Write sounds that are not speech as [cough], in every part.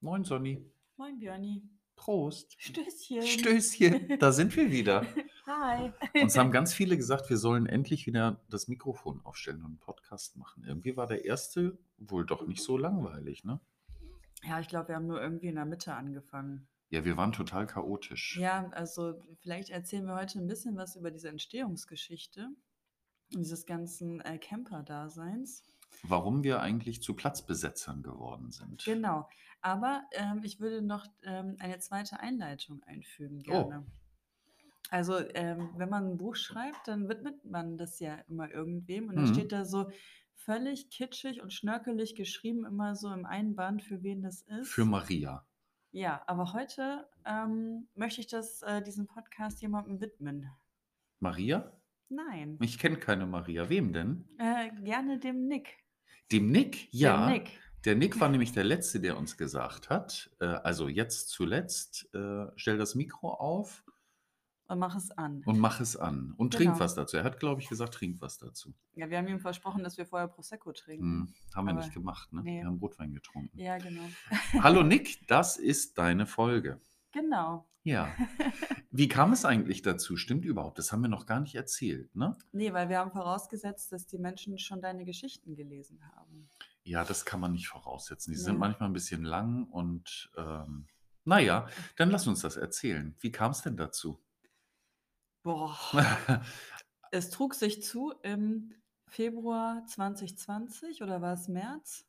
Moin Sonny. Moin Björni. Prost. Stößchen. Stößchen, da sind wir wieder. Hi. Uns [laughs] haben ganz viele gesagt, wir sollen endlich wieder das Mikrofon aufstellen und einen Podcast machen. Irgendwie war der erste wohl doch nicht so langweilig, ne? Ja, ich glaube, wir haben nur irgendwie in der Mitte angefangen. Ja, wir waren total chaotisch. Ja, also vielleicht erzählen wir heute ein bisschen was über diese Entstehungsgeschichte und dieses ganzen äh, Camper-Daseins. Warum wir eigentlich zu Platzbesetzern geworden sind. Genau. Aber ähm, ich würde noch ähm, eine zweite Einleitung einfügen Oh. gerne. Also, ähm, wenn man ein Buch schreibt, dann widmet man das ja immer irgendwem. Und dann Mhm. steht da so völlig kitschig und schnörkelig geschrieben, immer so im Einband, für wen das ist. Für Maria. Ja, aber heute ähm, möchte ich das, äh, diesen Podcast jemandem widmen. Maria? Nein. Ich kenne keine Maria. Wem denn? Äh, gerne dem Nick. Dem Nick? Ja. Dem Nick. Der Nick war nämlich der Letzte, der uns gesagt hat, äh, also jetzt zuletzt, äh, stell das Mikro auf Und mach es an. und mach es an. Und trink Genau. was dazu. Er hat, glaube ich, gesagt, trink was dazu. Ja, wir haben ihm versprochen, dass wir vorher Prosecco trinken. Hm, haben wir Aber nicht gemacht, ne? nee. Wir haben Rotwein getrunken. Ja, genau. [laughs] Hallo Nick, das ist deine Folge. Genau. Ja. Wie kam es eigentlich dazu? Stimmt überhaupt? Das haben wir noch gar nicht erzählt, ne? Nee, weil wir haben vorausgesetzt, dass die Menschen schon deine Geschichten gelesen haben. Ja, das kann man nicht voraussetzen. Die Nee. sind manchmal ein bisschen lang und ähm, naja, dann lass uns das erzählen. Wie kam es denn dazu? [laughs] Boah. es trug sich zu im Februar 2020 oder war es März,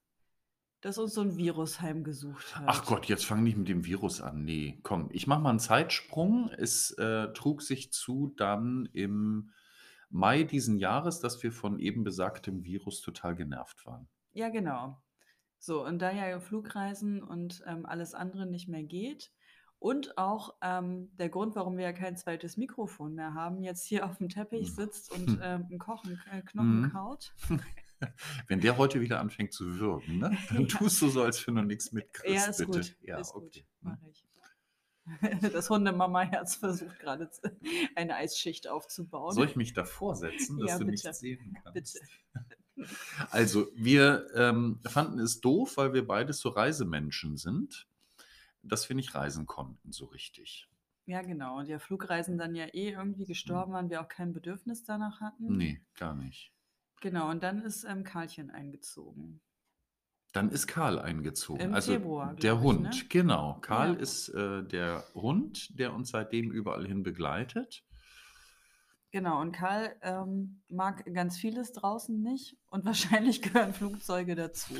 dass uns so ein Virus heimgesucht hat. Ach Gott, jetzt fang nicht mit dem Virus an. Nee, komm, ich mache mal einen Zeitsprung. Es äh, trug sich zu dann im Mai diesen Jahres, dass wir von eben besagtem Virus total genervt waren. Ja, genau. So, und da ja Flugreisen und ähm, alles andere nicht mehr geht und auch ähm, der Grund, warum wir ja kein zweites Mikrofon mehr haben, jetzt hier auf dem Teppich Hm. [laughs] sitzt Hm. und ähm, einen Kochen, äh, Knochen Mhm. kaut. Wenn der heute wieder anfängt zu würgen, [laughs] ne? dann Ja. tust du so, als wenn du nichts mitkriegst, Ja, ist bitte. gut. Ja, ist okay. Hm. gut. Mach ich. [laughs] Das Hundemama-Herz versucht gerade zu- [laughs] eine Eisschicht aufzubauen. Soll ich mich davor setzen, dass Ja, du bitte. nichts sehen kannst? Bitte. [laughs] Also, wir ähm, fanden es doof, weil wir beides so Reisemenschen sind, dass wir nicht reisen konnten so richtig. Ja, genau. Und ja, Flugreisen dann ja eh irgendwie gestorben waren, wir auch kein Bedürfnis danach hatten. Hm. Nee, gar nicht. Genau, und dann ist ähm, Karlchen eingezogen. Dann ist Karl eingezogen. Im also Februar, der glaub ich, Hund, ne? genau. Karl Ja. ist äh, der Hund, der uns seitdem überall hin begleitet. Genau, und Karl ähm, mag ganz vieles draußen nicht und [laughs] wahrscheinlich gehören Flugzeuge dazu.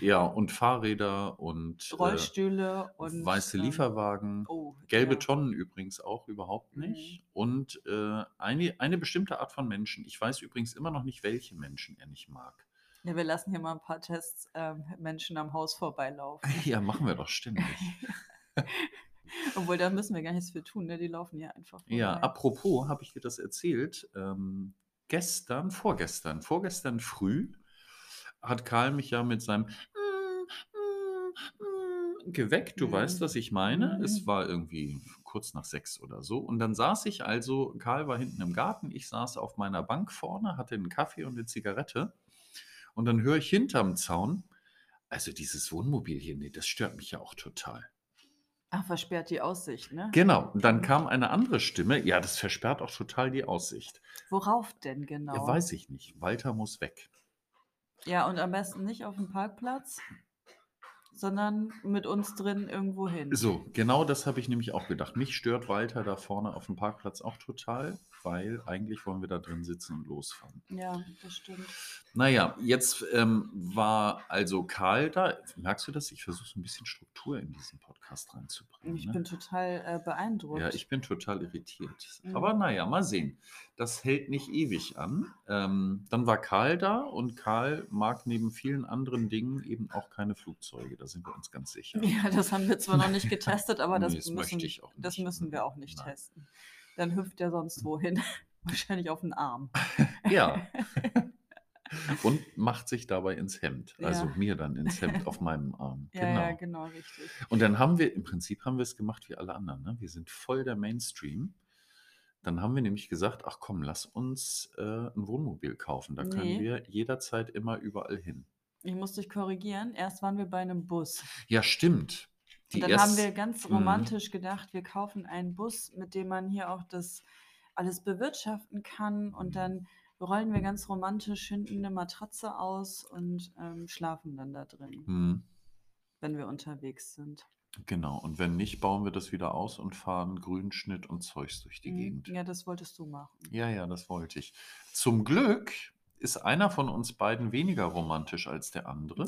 Ja, und Fahrräder und äh, Rollstühle und. weiße ähm, Lieferwagen. Oh, Gelbe ja. Tonnen übrigens auch überhaupt Mhm. nicht. Und äh, eine, eine bestimmte Art von Menschen. Ich weiß übrigens immer noch nicht, welche Menschen er nicht [laughs] mag. Ja, wir lassen hier mal ein paar Tests ähm, Menschen am Haus vorbeilaufen. Ja, machen wir doch ständig. Obwohl, da müssen wir gar nichts für tun, ne? die laufen hier einfach. ja, vorbei. apropos, habe ich dir das erzählt? Ähm, gestern, vorgestern, vorgestern früh hat Karl mich ja mit seinem mm, geweckt. Du Mhm. weißt, was ich meine. Es Mhm. war irgendwie kurz nach sechs oder so. Und dann saß ich also, Karl war hinten im Garten, ich saß auf meiner Bank vorne, hatte einen Kaffee und eine Zigarette. Und dann höre ich hinterm Zaun, also dieses Wohnmobil hier, nee, das stört mich ja auch total. Ach, versperrt die Aussicht, ne? Genau, und dann kam eine andere Stimme, ja, das versperrt auch total die Aussicht. Worauf denn genau? Ja, weiß ich nicht, Walter muss weg. Ja, und am besten nicht auf dem Parkplatz, sondern mit uns drin irgendwo hin. So, genau das habe ich nämlich auch gedacht. Mich stört Walter da vorne auf dem Parkplatz auch total, weil eigentlich wollen wir da drin sitzen und losfahren. Ja, das stimmt. Naja, jetzt ähm, war also Karl da. Merkst du das? Ich versuche so ein bisschen Struktur in diesen Podcast reinzubringen. Ich ne? bin total äh, beeindruckt. Ja, ich bin total irritiert. Mhm. Aber naja, mal sehen. Das hält nicht ewig an. Ähm, dann war Karl da und Karl mag neben vielen anderen Dingen eben auch keine Flugzeuge. Da sind wir uns ganz sicher. [laughs] Ja, das haben wir zwar [laughs] noch nicht getestet, aber das, Nee, das möchte müssen, ich auch das nicht. müssen wir auch nicht Nein. testen. Dann hüpft er sonst wohin. [laughs] Wahrscheinlich auf den Arm. [laughs] Ja. Und macht sich dabei ins Hemd. Also Ja. mir dann ins Hemd auf meinem Arm. Ja, genau. ja, genau, richtig. Und dann haben wir, im Prinzip haben wir es gemacht wie alle anderen. Ne? Wir sind voll der Mainstream. Dann haben wir nämlich gesagt, ach komm, lass uns äh, ein Wohnmobil kaufen. Da können Nee. wir jederzeit immer überall hin. Ich muss dich korrigieren. Erst waren wir bei einem Bus. Ja, stimmt. Die und dann erst- haben wir ganz Mhm. romantisch gedacht, wir kaufen einen Bus, mit dem man hier auch das alles bewirtschaften kann. Mhm. Und dann rollen wir ganz romantisch hinten eine Matratze aus und ähm, schlafen dann da drin, Hm, wenn wir unterwegs sind. genau. Und wenn nicht, bauen wir das wieder aus und fahren Grünschnitt und Zeugs durch die Mhm. Gegend. Ja, das wolltest du machen. Ja, ja, das wollte ich. Zum Glück ist einer von uns beiden weniger romantisch als der [laughs] andere.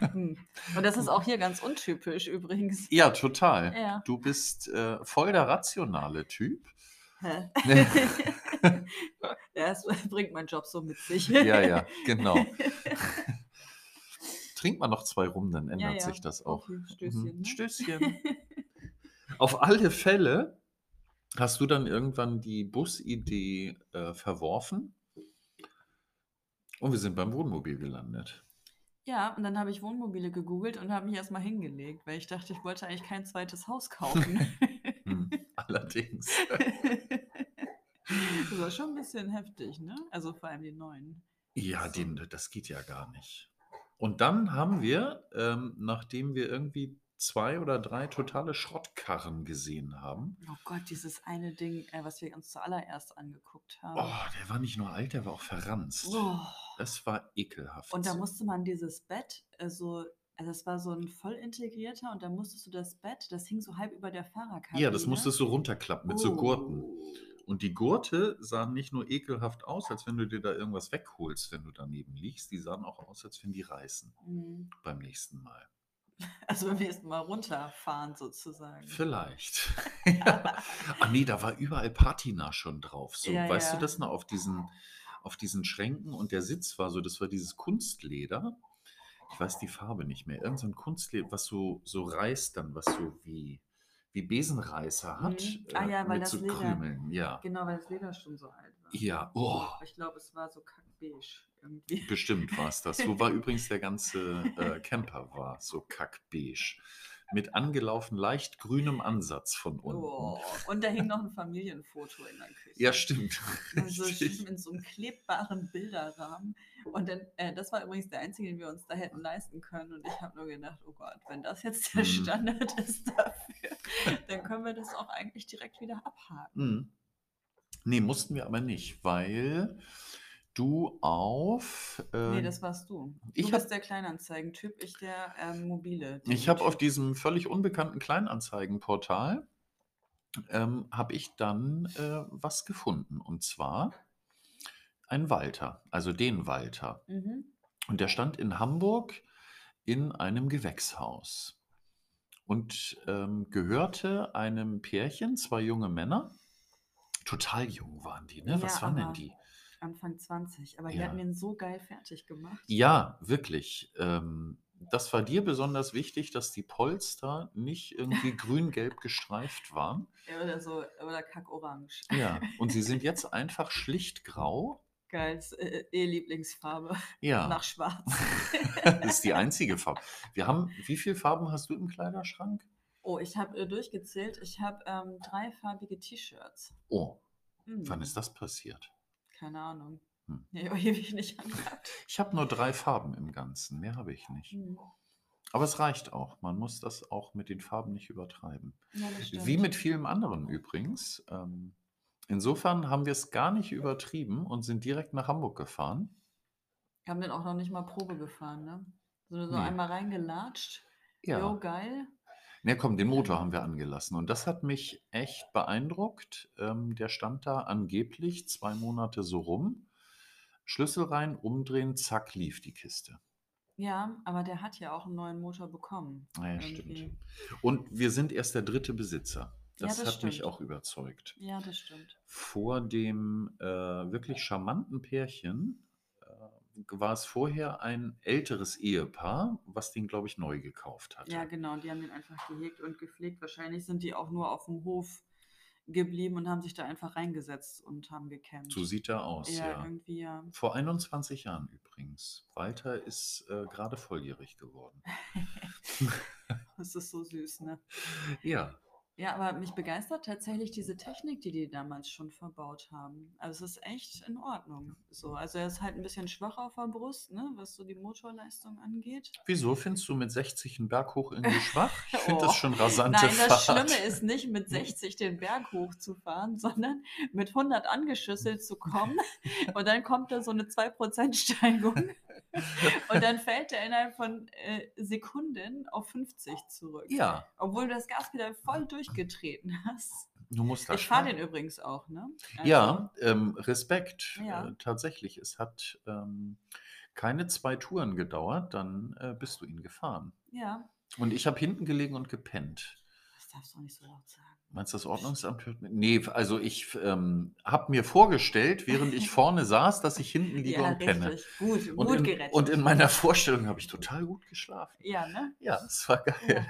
Hm. Und das ist auch hier ganz untypisch übrigens. Ja, total. [laughs] [laughs] Ja. Du bist äh, voll der rationale Typ. Hä? ja, es [laughs] bringt mein Job so mit ja, sich. [laughs] ja, [laughs] genau. Trink mal noch zwei rum, dann ändert ja. sich das auch. Okay, Stößchen. Mhm. Ne? [laughs] Stößchen. Auf alle Fälle hast du dann irgendwann die Busidee äh, verworfen und wir sind beim Wohnmobil gelandet. Ja, und dann habe ich Wohnmobile gegoogelt und habe mich erstmal hingelegt, weil ich dachte, ich wollte eigentlich kein zweites Haus [laughs] kaufen. [laughs] Hm. Allerdings. das war schon ein bisschen heftig, ne? Also vor allem die neuen. Ja, den, das geht ja gar nicht. Und dann haben wir, ähm, nachdem wir irgendwie zwei oder drei totale Schrottkarren gesehen haben, Oh Gott, dieses eine Ding, äh, was wir uns zuallererst angeguckt oh, haben. der war nicht nur alt, der war auch verranzt. Boah. Das war ekelhaft. Oh. Und da musste man dieses Bett, also, also das war so ein voll integrierter und da musstest du das Bett, das hing so halb über der Fahrerkabine. ja, das musstest du runterklappen mit so Gurten. ne? Oh. Und die Gurte sahen nicht nur ekelhaft aus, als wenn du dir da irgendwas wegholst, wenn du daneben liegst, die sahen auch aus, als wenn die reißen Mhm. beim nächsten Mal. [laughs] Also beim nächsten Mal runterfahren sozusagen. [laughs] Vielleicht. ja. Ah nee, da war überall Patina schon drauf. So, Ja, weißt ja. du das noch auf diesen, auf diesen Schränken und der Sitz war so, das war dieses Kunstleder. Ich weiß die Farbe nicht mehr. Irgend so ein Kunstleder, was so, so reißt dann, was so wie, wie Besenreißer hat. äh, Mhm. Ah ja, weil mit das so Leder- Krümeln, ja. Genau, weil das Leder schon so alt war. Ja, oh. Ich glaube, es war so kackbeige irgendwie. Bestimmt war es das. So war übrigens der ganze äh, Camper war, so kackbeige. Mit angelaufen, leicht grünem Ansatz von unten. Oh. Und da hing noch ein Familienfoto in der Küche. Ja, stimmt. [laughs] Also Richtig. in so einem klebbaren Bilderrahmen. Und dann, äh, das war übrigens der einzige, den wir uns da hätten leisten können. Und ich habe nur gedacht, oh Gott, wenn das jetzt der Mhm. Standard [laughs] ist dafür, dann können wir das auch eigentlich direkt wieder abhaken. Mhm. Nee, mussten wir aber nicht, weil du auf. Äh, Nee, das warst du. ich du hab- bist der Kleinanzeigentyp, ich der ähm, mobile. ich habe auf diesem völlig unbekannten Kleinanzeigenportal ähm, habe ich dann äh, was gefunden und zwar ein Walter, also den Walter. Mhm. Und der stand in Hamburg in einem Gewächshaus und ähm, gehörte einem Pärchen, zwei junge Männer. Total jung waren die, ne? Ja, Was waren denn aber- die? Anfang 20. Aber die Ja. hatten den so geil fertig gemacht. Ja, wirklich. Ähm, das war dir besonders wichtig, dass die Polster nicht [laughs] irgendwie grün-gelb gestreift waren. Ja, Oder so, oder kackorange. Ja, und sie sind jetzt einfach schlicht grau. Geil, ist, äh, eh Lieblingsfarbe. Ja, Nach schwarz. Genau. [laughs] das ist die einzige Farbe. Wir haben, wie viele Farben hast du im Kleiderschrank? Oh, ich habe äh, durchgezählt. Ich habe ähm, dreifarbige T-Shirts. Oh, Hm, wann ist das passiert? Keine Ahnung. Hm. Nee, [laughs] oh, hier bin ich nicht angehabt. Ich habe nur drei Farben im Ganzen, mehr habe ich nicht. Hm. Aber es reicht auch. Man muss das auch mit den Farben nicht übertreiben. Ja, das stimmt. Wie mit vielem anderen übrigens. Ähm, insofern haben wir es gar nicht übertrieben und sind direkt nach Hamburg gefahren. Wir haben dann auch noch nicht mal Probe gefahren, ne? So, so Nee. einmal reingelatscht. Jo, Ja. geil. Na komm, den Motor haben wir angelassen. Und das hat mich echt beeindruckt. Ähm, der stand da angeblich zwei Monate so rum. Schlüssel rein, umdrehen, zack, lief die Kiste. Ja, aber der hat ja auch einen neuen Motor bekommen. Ja, irgendwie. stimmt. Und wir sind erst der dritte Besitzer. Ja, Das, das hat mich stimmt. auch überzeugt. Ja, das stimmt. vor dem äh, wirklich charmanten Pärchen äh, war es vorher ein älteres Ehepaar, was den, glaube ich, neu gekauft hatte. Ja, genau. Die haben den einfach gehegt und gepflegt. Wahrscheinlich sind die auch nur auf dem Hof geblieben und haben sich da einfach reingesetzt und haben gekämpft. so sieht er aus, ja, ja. irgendwie ja. Vor 21 Jahren übrigens. Walter ist äh, gerade volljährig geworden. Das ist so süß, ne? ja, Ja, aber mich begeistert tatsächlich diese Technik, die die damals schon verbaut haben. Also es ist echt in Ordnung. So, also er ist halt ein bisschen schwach auf der Brust, ne, was so die Motorleistung angeht. Wieso findest du mit 60 einen Berg hoch irgendwie schwach? Ich finde das [laughs] Oh. schon rasante Nein, das Fahrt. Hm? Schlimme ist nicht mit 60 den Berg hochzufahren, [laughs] sondern mit 100 angeschüsselt [laughs] zu kommen und dann kommt da so eine 2% Steigung und dann fällt er innerhalb von äh, Sekunden auf 50 zurück, Ja, obwohl du das Gaspedal voll durchgetreten hast. du musst das ich fahre schon- den übrigens auch, ne? Ja, ähm, Respekt. Ja. Äh, tatsächlich, es hat ähm, keine zwei Touren gedauert, dann äh, bist du ihn gefahren. Ja, Und ich habe hinten gelegen und gepennt. das darfst du auch nicht so laut sagen. Meinst du, das Ordnungsamt hört mit? Nee, also ich ähm, habe mir vorgestellt, während [laughs] ich vorne saß, dass ich hinten liege ja, und penne. richtig. Gut, Und, gut in, gerettet. und in meiner Vorstellung [laughs] habe ich total gut geschlafen. ja, [laughs] ne? Ja, es war geil.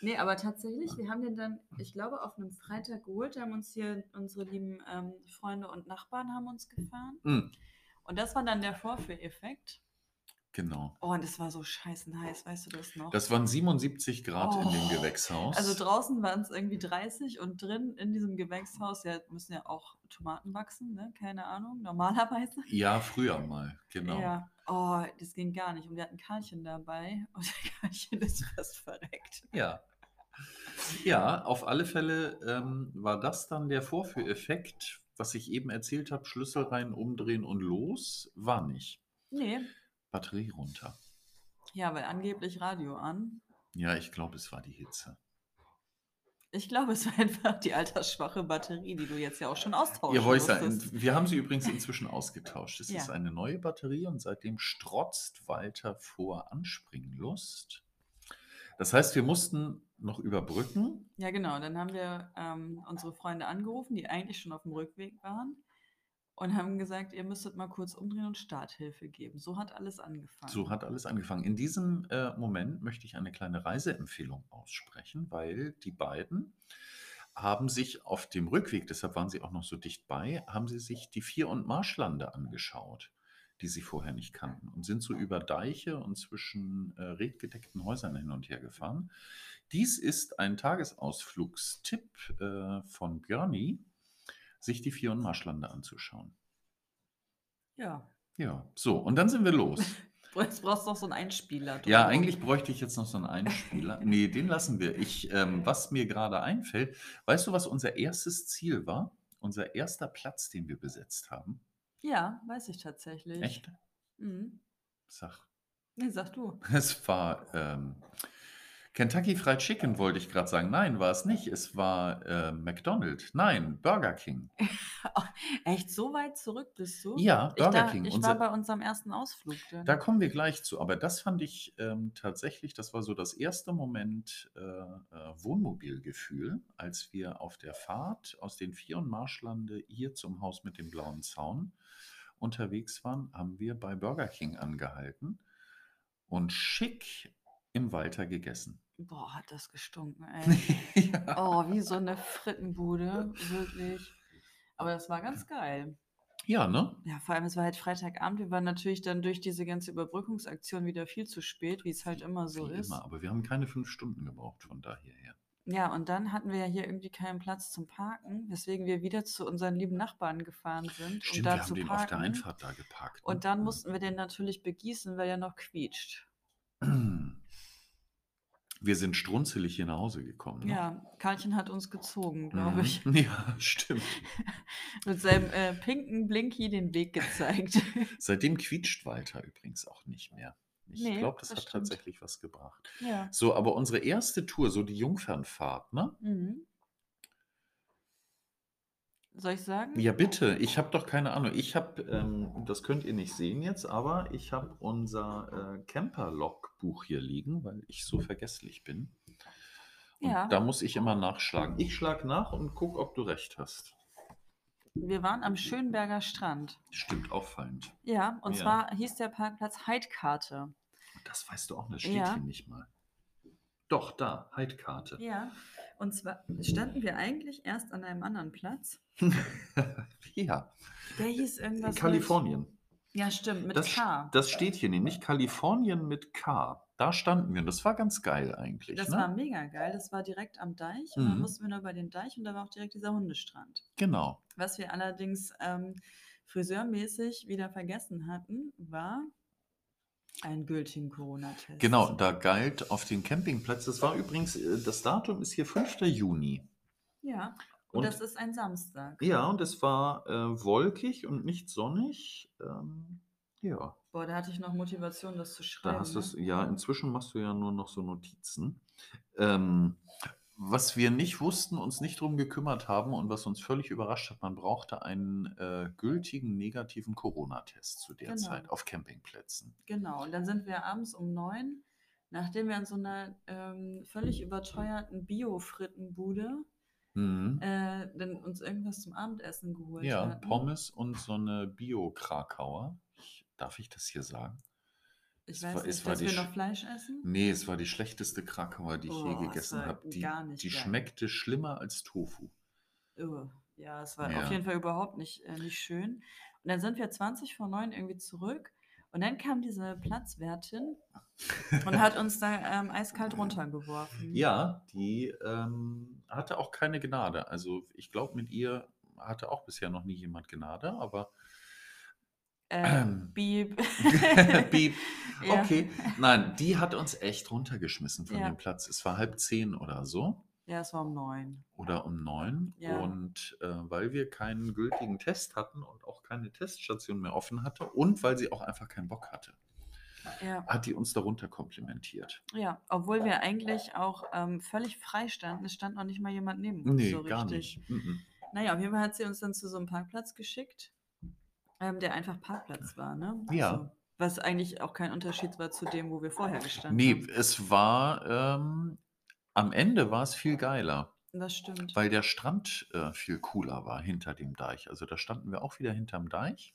Nee, aber tatsächlich, wir haben den dann, ich glaube, auf einem Freitag geholt, haben uns hier unsere lieben ähm, Freunde und Nachbarn haben uns gefahren. Mm, Und das war dann der Vorführeffekt. genau. Oh, und es war so scheißen heiß, weißt du das noch? Das waren 77 Grad in dem Oh. Gewächshaus. also draußen waren es irgendwie 30 und drin in diesem Gewächshaus, ja, müssen ja auch Tomaten wachsen, ne? Keine Ahnung, normalerweise. ja, früher mal, genau. Ja. Oh, das ging gar nicht. Und wir hatten Karlchen dabei und [laughs] der Karlchen ist fast verreckt. Ja. Ja, auf alle Fälle ähm, war das dann der Vorführeffekt, was ich eben erzählt habe, Schlüssel rein, umdrehen und los, war nicht. Nee. Batterie runter. Ja, weil angeblich Radio an. Ja, ich glaube, es war die Hitze. Ich glaube, es war einfach die altersschwache Batterie, die du jetzt ja auch schon austauschen Ja, wollte ich sagen, musstest. wir haben sie übrigens inzwischen ausgetauscht. Es Ja. ist eine neue Batterie und seitdem strotzt Walter vor Anspringlust. Das heißt, wir mussten noch überbrücken, Ja, genau. Dann haben wir ähm, unsere Freunde angerufen, die eigentlich schon auf dem Rückweg waren und haben gesagt, ihr müsstet mal kurz umdrehen und Starthilfe geben. So hat alles angefangen. So hat alles angefangen. In diesem äh, Moment möchte ich eine kleine Reiseempfehlung aussprechen, weil die beiden haben sich auf dem Rückweg, deshalb waren sie auch noch so dicht bei, haben sie sich die Vier- und Marschlande angeschaut, die sie vorher nicht kannten und sind so über Deiche und zwischen äh, redgedeckten Häusern hin und her gefahren. Dies ist ein Tagesausflugstipp äh, von Björni, sich die Vier- und Marschlande anzuschauen. ja. Ja, so, und dann sind wir los. Jetzt brauchst du noch so einen Einspieler. Ja, drumherum. eigentlich bräuchte ich jetzt noch so einen Einspieler. Nee, den lassen wir. Ich, ähm, was mir gerade einfällt, weißt du, was unser erstes Ziel war? Unser erster Platz, den wir besetzt haben. Ja, weiß ich tatsächlich. Echt? Mhm. Sag. [laughs] Nee, sag du. Es war ähm, Kentucky Fried Chicken, wollte ich gerade sagen. Nein, war es nicht. Es war äh, McDonald's. Nein, Burger King. Echt, so weit zurück bist du? Ja, Ich, Burger da, King. ich Unser- war bei unserem ersten Ausflug. Dann. Da kommen wir gleich zu. Aber das fand ich ähm, tatsächlich, das war so das erste Moment äh, äh, Wohnmobilgefühl, als wir auf der Fahrt aus den Vier- und Marschlande hier zum Haus mit dem blauen Zaun unterwegs waren, haben wir bei Burger King angehalten und schick im Walter gegessen. [laughs] Boah, hat das gestunken, ey. ja. Oh, wie so eine Frittenbude, wirklich. Aber das war ganz geil. ja, ne? Ja, vor allem, es war halt Freitagabend. Wir waren natürlich dann durch diese ganze Überbrückungsaktion wieder viel zu spät, wie es halt immer so Wie ist. immer. Aber wir haben keine fünf Stunden gebraucht von daher her. Ja, und dann hatten wir ja hier irgendwie keinen Platz zum Parken, weswegen wir wieder zu unseren lieben Nachbarn gefahren sind, Stimmt, um da wir zu haben den parken. auf der Einfahrt da geparkt. ne? Mhm. Und dann mussten wir den natürlich begießen, weil er noch quietscht. Wir sind strunzelig hier nach Hause gekommen. Ne? Ja, Karlchen hat uns gezogen, glaube Mhm. [laughs] ich. Ja, stimmt. Mit seinem äh, pinken Blinky den Weg gezeigt. Seitdem quietscht Walter übrigens auch nicht mehr. Ich Nee, glaube, das, das hat stimmt. tatsächlich was gebracht. [laughs] ja. So, aber unsere erste Tour, so die Jungfernfahrt, ne? Mhm. Soll ich sagen? Ja, bitte. Ich habe doch keine Ahnung. Ich habe, ähm, das könnt ihr nicht sehen jetzt, aber ich habe unser äh, Camper-Logbuch hier liegen, weil ich so vergesslich bin. Und Ja. da muss ich immer nachschlagen. Ich schlage nach und guck, ob du recht hast. Wir waren am Schönberger Strand. Stimmt, auffallend. Ja, und Ja. zwar hieß der Parkplatz Heidkarte. Das weißt du auch, das steht Ja. hier nicht mal. Doch, da, Heidkarte. Ja, und zwar standen wir eigentlich erst an einem anderen Platz. [laughs] ja, Der hieß irgendwas. Kalifornien. Mit, ja, stimmt, mit das, K. das steht hier nämlich Kalifornien mit K. Da standen wir und das war ganz geil eigentlich. Das ne? war mega geil. Das war direkt am Deich. Und dann Mhm. mussten wir nur über den Deich und da war auch direkt dieser Hundestrand. genau. Was wir allerdings ähm, friseurmäßig wieder vergessen hatten, war einen gültigen Corona-Test. Genau, da galt auf den Campingplatz, das war übrigens, äh, das Datum ist hier 5. Juni. Ja, und, Und das ist ein Samstag. ja, und es war äh, wolkig und nicht sonnig. Ähm, ja, Boah, da hatte ich noch Motivation, das zu schreiben. da hast du es, ne? ja, inzwischen machst du ja nur noch so Notizen. Ähm, was wir nicht wussten, uns nicht drum gekümmert haben und was uns völlig überrascht hat, man brauchte einen äh, gültigen negativen Corona-Test zu der Genau. Zeit auf Campingplätzen. Genau, und dann sind wir abends um neun, nachdem wir an so einer ähm, völlig überteuerten Bio-Frittenbude Mhm. äh, dann uns irgendwas zum Abendessen geholt Ja, hatten. Pommes und so eine Bio-Krakauer. Ich, darf ich das hier sagen? Ich Es weiß war- es nicht, war dass die wir Sch- noch Fleisch essen. Nee, es war die schlechteste Krakauer, die ich je Oh, es gegessen war habe. Die, gar nicht die geil. schmeckte schlimmer als Tofu. Irre. Ja, es war Ja. auf jeden Fall überhaupt nicht, äh, nicht schön. Und dann sind wir 20 vor neun irgendwie zurück. Und dann kam diese Platzwärtin und hat uns da ähm, eiskalt runtergeworfen. Ja, die ähm, hatte auch keine Gnade. Also ich glaube, mit ihr hatte auch bisher noch nie jemand Gnade, aber Äh, [clears throat] Ähm. Bieb. [laughs] Piep. [laughs] Ja. Okay, nein, die hat uns echt runtergeschmissen von Ja. dem Platz. Es war halb zehn oder so Ja, es war um neun. oder um neun. Ja. Und äh, weil wir keinen gültigen Test hatten und auch keine Teststation mehr offen hatte und weil sie auch einfach keinen Bock hatte, Ja. hat die uns darunter komplimentiert. ja, obwohl wir eigentlich auch ähm, völlig frei standen. Es stand noch nicht mal jemand neben uns. Nee, so gar richtig. nicht. Mhm. Naja, auf jeden Fall hat sie uns dann zu so einem Parkplatz geschickt, ähm, der einfach Parkplatz war, ne? Ja. Also, was eigentlich auch kein Unterschied war zu dem, wo wir vorher gestanden Nee, haben. es war, ähm, am Ende war es viel geiler, Das stimmt. weil der Strand äh, viel cooler war hinter dem Deich. Also da standen wir auch wieder hinterm Deich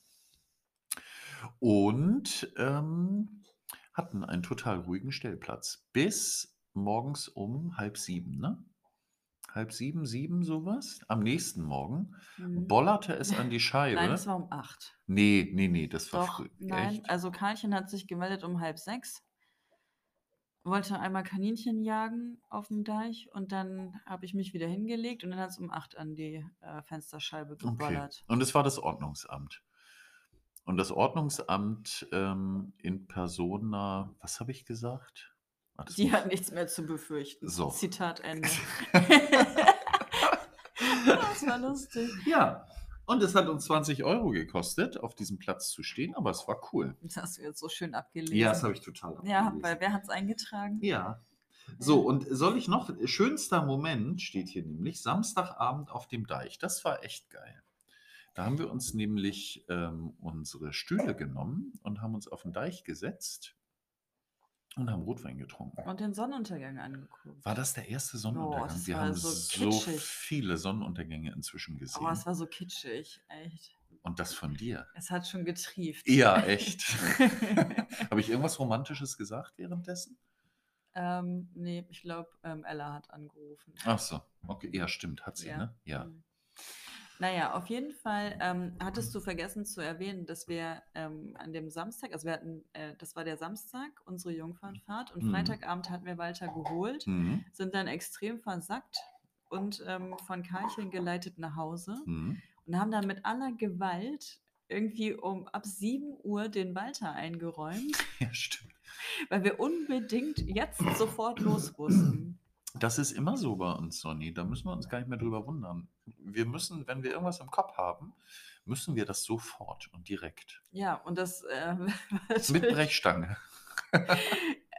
und ähm, hatten einen total ruhigen Stellplatz bis morgens um halb sieben, ne? Halb sieben, sieben sowas. Am nächsten Morgen Mhm. bollerte es an die Scheibe. [laughs] Nein, es war um acht. nee, nee, nee, das war Doch, früh. nein. Echt? Also Karlchen hat sich gemeldet um halb sechs, wollte einmal Kaninchen jagen auf dem Deich und dann habe ich mich wieder hingelegt und dann hat es um acht an die äh, Fensterscheibe Okay. geballert. Und es war das Ordnungsamt. Und das Ordnungsamt ähm, in Persona, was habe ich gesagt? Ah, das Die muss- hat nichts mehr zu befürchten. So. Zitat [laughs] Ende. Ah, das war lustig. ja, und es hat uns 20 Euro gekostet, auf diesem Platz zu stehen, aber es war cool. Das hast du jetzt so schön abgelesen. Ja, das habe ich total Ja, abgelesen. weil wer hat es eingetragen? Ja. So, und soll ich noch, schönster Moment steht hier nämlich, Samstagabend auf dem Deich. Das war echt geil. Da haben wir uns nämlich ähm, unsere Stühle genommen und haben uns auf den Deich gesetzt und haben Rotwein getrunken. Und den Sonnenuntergang angeguckt. War das der erste Sonnenuntergang? das wir war haben so so kitschig. viele Sonnenuntergänge inzwischen gesehen. Oh, es war so kitschig, echt. und das von [laughs] dir. Es hat schon getrieft. Ja, echt. [laughs] Habe ich irgendwas Romantisches gesagt währenddessen? [laughs] ähm, nee, ich glaube, ähm, Ella hat angerufen. Ach so, okay. Ja, stimmt, hat sie, Ja. ne? Ja. Mhm. Naja, auf jeden Fall ähm, hattest du vergessen zu erwähnen, dass wir ähm, an dem Samstag, also wir hatten, äh, das war der Samstag, unsere Jungfernfahrt und Mhm. Freitagabend hatten wir Walter geholt, Mhm. sind dann extrem versackt und ähm, von Karlchen geleitet nach Hause. Mhm. [laughs] und haben dann mit aller Gewalt irgendwie um ab 7 Uhr den Walter eingeräumt, Ja, stimmt. weil wir unbedingt jetzt sofort los mussten. Das ist immer so bei uns, Sonny. Da müssen wir uns gar nicht mehr drüber wundern. Wir müssen, wenn wir irgendwas im Kopf haben, müssen wir das sofort und direkt. Ja, und das äh, [laughs] war Mit natürlich- Brechstange.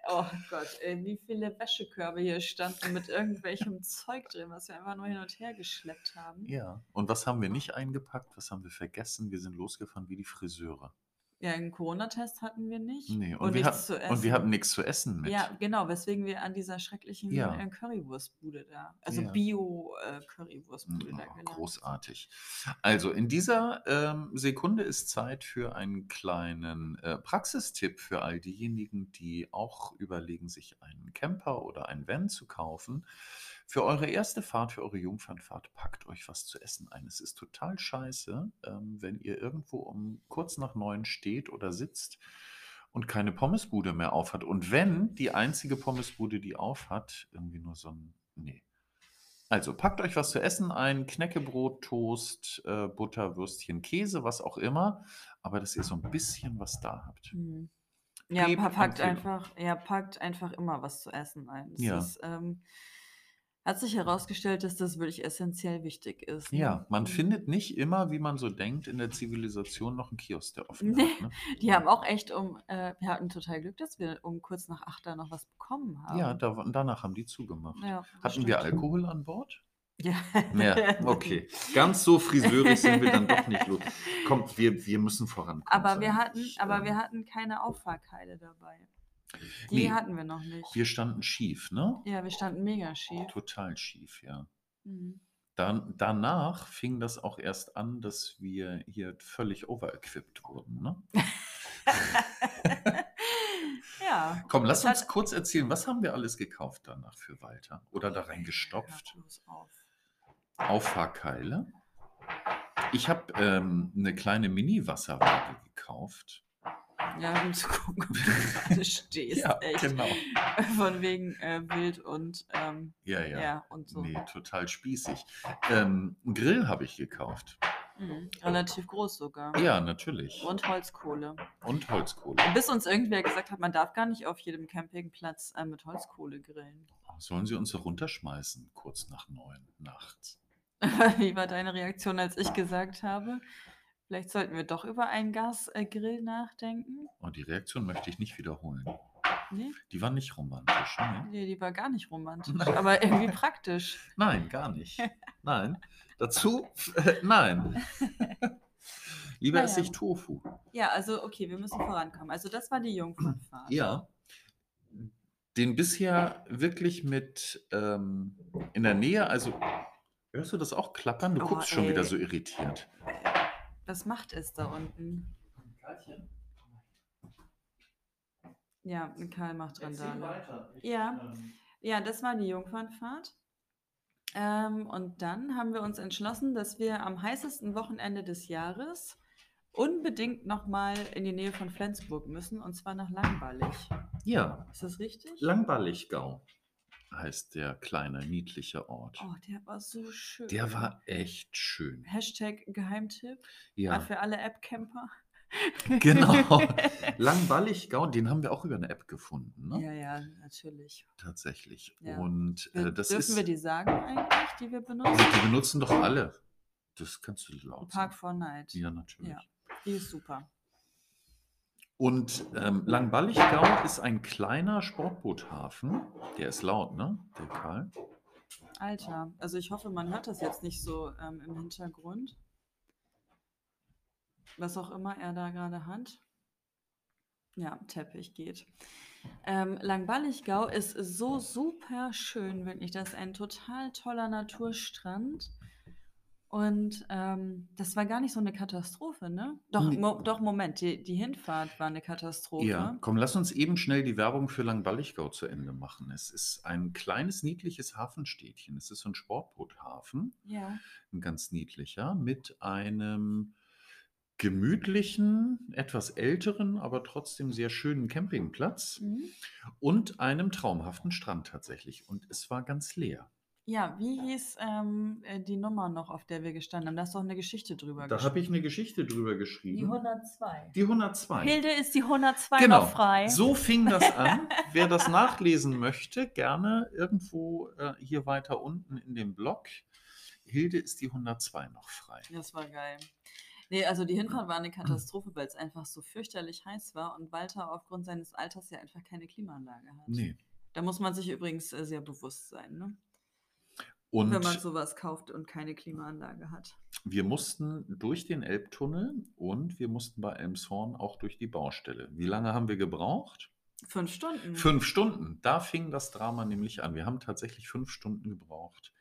Oh Gott, ey, wie viele Wäschekörbe hier standen mit irgendwelchem Zeug drin, was wir einfach nur hin und her geschleppt haben. Ja. Und was haben wir nicht eingepackt? Was haben wir vergessen? Wir sind losgefahren wie die Friseure. Ja, einen Corona-Test hatten wir nicht. Nee, und, wir, nichts hat, zu und wir essen. hatten nichts zu essen mit. Ja, genau, weswegen wir an dieser schrecklichen Ja. äh, Currywurstbude da, also Ja. Bio-Currywurstbude da Oh, gelandet großartig. Also in dieser ähm, Sekunde ist Zeit für einen kleinen äh, Praxistipp für all diejenigen, die auch überlegen, sich einen Camper oder ein Van zu kaufen. Für eure erste Fahrt, für eure Jungfernfahrt, packt euch was zu essen ein. Es ist total scheiße, ähm, wenn ihr irgendwo um kurz nach neun steht oder sitzt und keine Pommesbude mehr auf hat. Und wenn die einzige Pommesbude, die auf hat, irgendwie nur so ein. Nee. Also packt euch was zu essen ein, Knäckebrot, Toast, äh, Butter, Würstchen, Käse, was auch immer, aber dass ihr so ein bisschen was da habt. Hm. Ja, Gebe pa- packt Empfehlung. einfach, ja, packt einfach immer was zu essen ein. Das Ja. ist, ähm, hat sich herausgestellt, dass das wirklich essentiell wichtig ist. ne? Ja, man Mhm. findet nicht immer, wie man so denkt, in der Zivilisation noch einen Kiosk, der offen Nee. hat. Ne? Die haben auch echt um, äh, wir hatten total Glück, dass wir um kurz nach 8 da noch was bekommen haben. Ja, da, danach haben die zugemacht. Ja, das Hatten wir stimmt. Alkohol an [laughs] Bord? [laughs] Ja. Ja, okay. Ganz so friseurig sind wir dann doch nicht los. Komm, wir, wir müssen vorankommen. Aber wir Sonja. hatten, Ich, aber ähm, wir hatten keine Auffahrkeile dabei. Die Nee. hatten wir noch nicht. wir standen schief, ne? ja, wir standen mega schief. Total schief, ja. Mhm. Dann, danach fing das auch erst an, dass wir hier völlig overequipped wurden. Ne? ja. Komm, lass Das uns kurz erzählen, was haben wir alles gekauft danach für Walter? Oder da reingestopft? Hör bloß auf. Auffahrkeile. Ich habe ähm, eine kleine Mini-Wasserwaage gekauft. Ja, um zu gucken, ob du [laughs] gerade stehst. echt. genau. Von wegen äh, Wild und ähm, Ja, ja. ja. und so. Nee, total spießig. Ähm, einen Grill habe ich gekauft. Mhm. Relativ groß sogar. Ja, natürlich. Und, Und Holzkohle. Holzkohle. Bis uns irgendwer gesagt hat, man darf gar nicht auf jedem Campingplatz äh, mit Holzkohle grillen. [laughs] Sollen sie uns so runterschmeißen, kurz nach neun nachts? Wie war deine Reaktion, als ich gesagt habe, vielleicht sollten wir doch über einen Gasgrill nachdenken? Und die Reaktion möchte ich nicht wiederholen. Nee, Die war nicht romantisch. [laughs] Ne? nee die war gar nicht romantisch, aber irgendwie praktisch. Nein, gar [laughs] nicht. Nein. Dazu? [laughs] Nein. Lieber Naja. esse ich Tofu. Ja, also okay, wir müssen vorankommen. Also das war die Jungfernfahrt. Ja. Den bisher wirklich mit ähm, in der Nähe, also hörst du das auch klappern? Du Oh, guckst schon ey. wieder so irritiert. Was macht es da unten? Ja, Karl macht Randale. Ja. Ja, das war die Jungfernfahrt. Ähm, und dann haben wir uns entschlossen, dass wir am heißesten Wochenende des Jahres unbedingt nochmal in die Nähe von Flensburg müssen, und zwar nach Langballig. Ja, Ist das richtig? Langballiggau heißt der kleine, niedliche Ort. Oh, der war so schön. Der war echt schön. Hashtag Geheimtipp Ja, für alle App-Camper. [laughs] genau. Langballiggau, den haben wir auch über eine App gefunden, ne? ja, ja, natürlich. tatsächlich. Ja. Und Wir, äh, das dürfen ist, wir die sagen eigentlich, die wir Also, benutzen? die benutzen doch alle. Das kannst du laut Park sagen. 4 Night. Also Ja, natürlich. Ja. Die ist super. Und ähm, Langballiggau ist ein kleiner Sportboothafen. Der ist laut, ne? Der Karl. Alter, also ich hoffe, man hört das jetzt nicht so ähm, im Hintergrund. Was auch immer er da gerade hat. Ja, Teppich geht. Ähm, Langballiggau ist so super schön, wirklich. Das ist ein total toller Naturstrand. Und ähm, das war gar nicht so eine Katastrophe, ne? Doch, Nee. mo doch Moment, die, die Hinfahrt war eine Katastrophe. Ja, komm, lass uns eben schnell die Werbung für Langballiggau zu Ende machen. Es ist ein kleines, niedliches Hafenstädtchen. Es ist so ein Sportboothafen, ja. ein ganz niedlicher, mit einem gemütlichen, etwas älteren, aber trotzdem sehr schönen Campingplatz Mhm. und einem traumhaften Strand tatsächlich. Und es war ganz leer. Ja, wie hieß ähm, äh, die Nummer noch, auf der wir gestanden haben? Da hast du auch eine Geschichte drüber Da habe ich eine Geschichte drüber Die geschrieben. 102. Die 102. Hilde ist die 102 Genau. noch frei. So fing das [laughs] an. Wer das nachlesen möchte, gerne irgendwo äh, hier weiter unten in dem Blog. Hilde ist die 102 noch frei. Das war geil. Nee, also die Hinfahrt war eine Katastrophe, weil es einfach so fürchterlich heiß war und Walter aufgrund seines Alters ja einfach keine Klimaanlage hat. Nee. Da muss man sich übrigens äh, sehr bewusst sein, ne? Und wenn man sowas kauft und keine Klimaanlage hat. wir mussten durch den Elbtunnel und wir mussten bei Elmshorn auch durch die Baustelle. Wie lange haben wir gebraucht? Fünf Stunden. Fünf Stunden. Da fing das Drama nämlich an. Wir haben tatsächlich fünf Stunden gebraucht.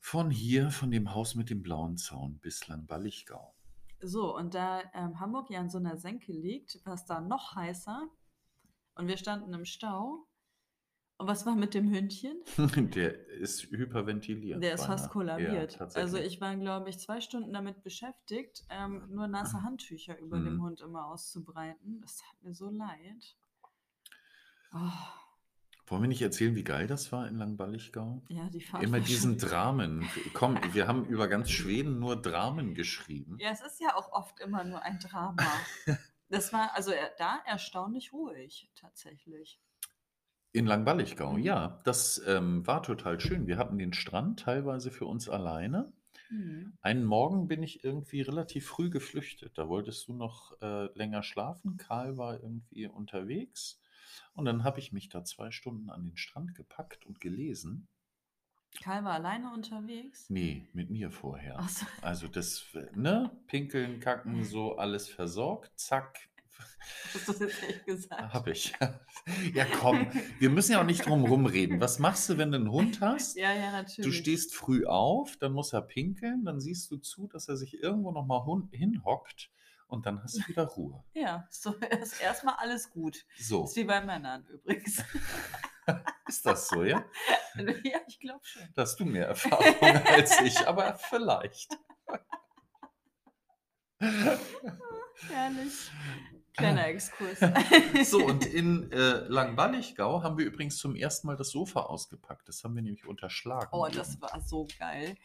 Von hier, von dem Haus mit dem blauen Zaun bis Langballiggau. So, und da ähm, Hamburg ja an so einer Senke liegt, war es da noch heißer. Und wir standen im Stau. Und was war mit dem Hündchen? [laughs] Der ist hyperventiliert. Der ist beinahe. fast kollabiert. Ja, tatsächlich. also ich war, glaube ich, zwei Stunden damit beschäftigt, ähm, nur nasse Handtücher über Mhm. dem Hund immer auszubreiten. Das tat mir so leid. Oh, Wollen wir nicht erzählen, wie geil das war in Langballichgau? ja, die Fahrt [laughs] Immer war diesen schon- Dramen. Komm, wir haben über ganz Schweden nur Dramen geschrieben. Ja, es ist ja auch oft immer nur ein [laughs] Drama. Das war also er, da erstaunlich ruhig tatsächlich. In Langballichgau, Mhm. ja. Das ähm, war total schön. Wir hatten den Strand teilweise für uns alleine. Hm. Einen Morgen bin ich irgendwie relativ früh geflüchtet. Da wolltest du noch äh, länger schlafen. Karl war irgendwie unterwegs. Und dann habe ich mich da zwei Stunden an den Strand gepackt und gelesen. Karl war alleine unterwegs. Nee, mit mir vorher. Ach so. Also das, ne? Pinkeln, kacken, so alles versorgt. Zack, Hast du [laughs] das jetzt echt gesagt? [laughs] Hab ich. Ja, komm, wir müssen ja auch nicht drum rumreden. Was machst du, wenn du einen Hund hast? Ja, ja, natürlich. Du stehst früh auf, dann muss er pinkeln, dann siehst du zu, dass er sich irgendwo nochmal hinhockt und dann [laughs] hast du wieder Ruhe. Ja, so [laughs] ist erstmal alles gut. So, Ist wie bei Männern [laughs] übrigens. ist das so, ja? ja, ich glaube schon. Da hast du mehr [laughs] Erfahrung als ich, aber vielleicht. Herrlich. [laughs] Kleiner Exkurs. So, [laughs] und in äh, Langballichgau haben wir übrigens zum ersten Mal das Sofa ausgepackt. Das haben wir nämlich unterschlagen. Oh, das war so geil.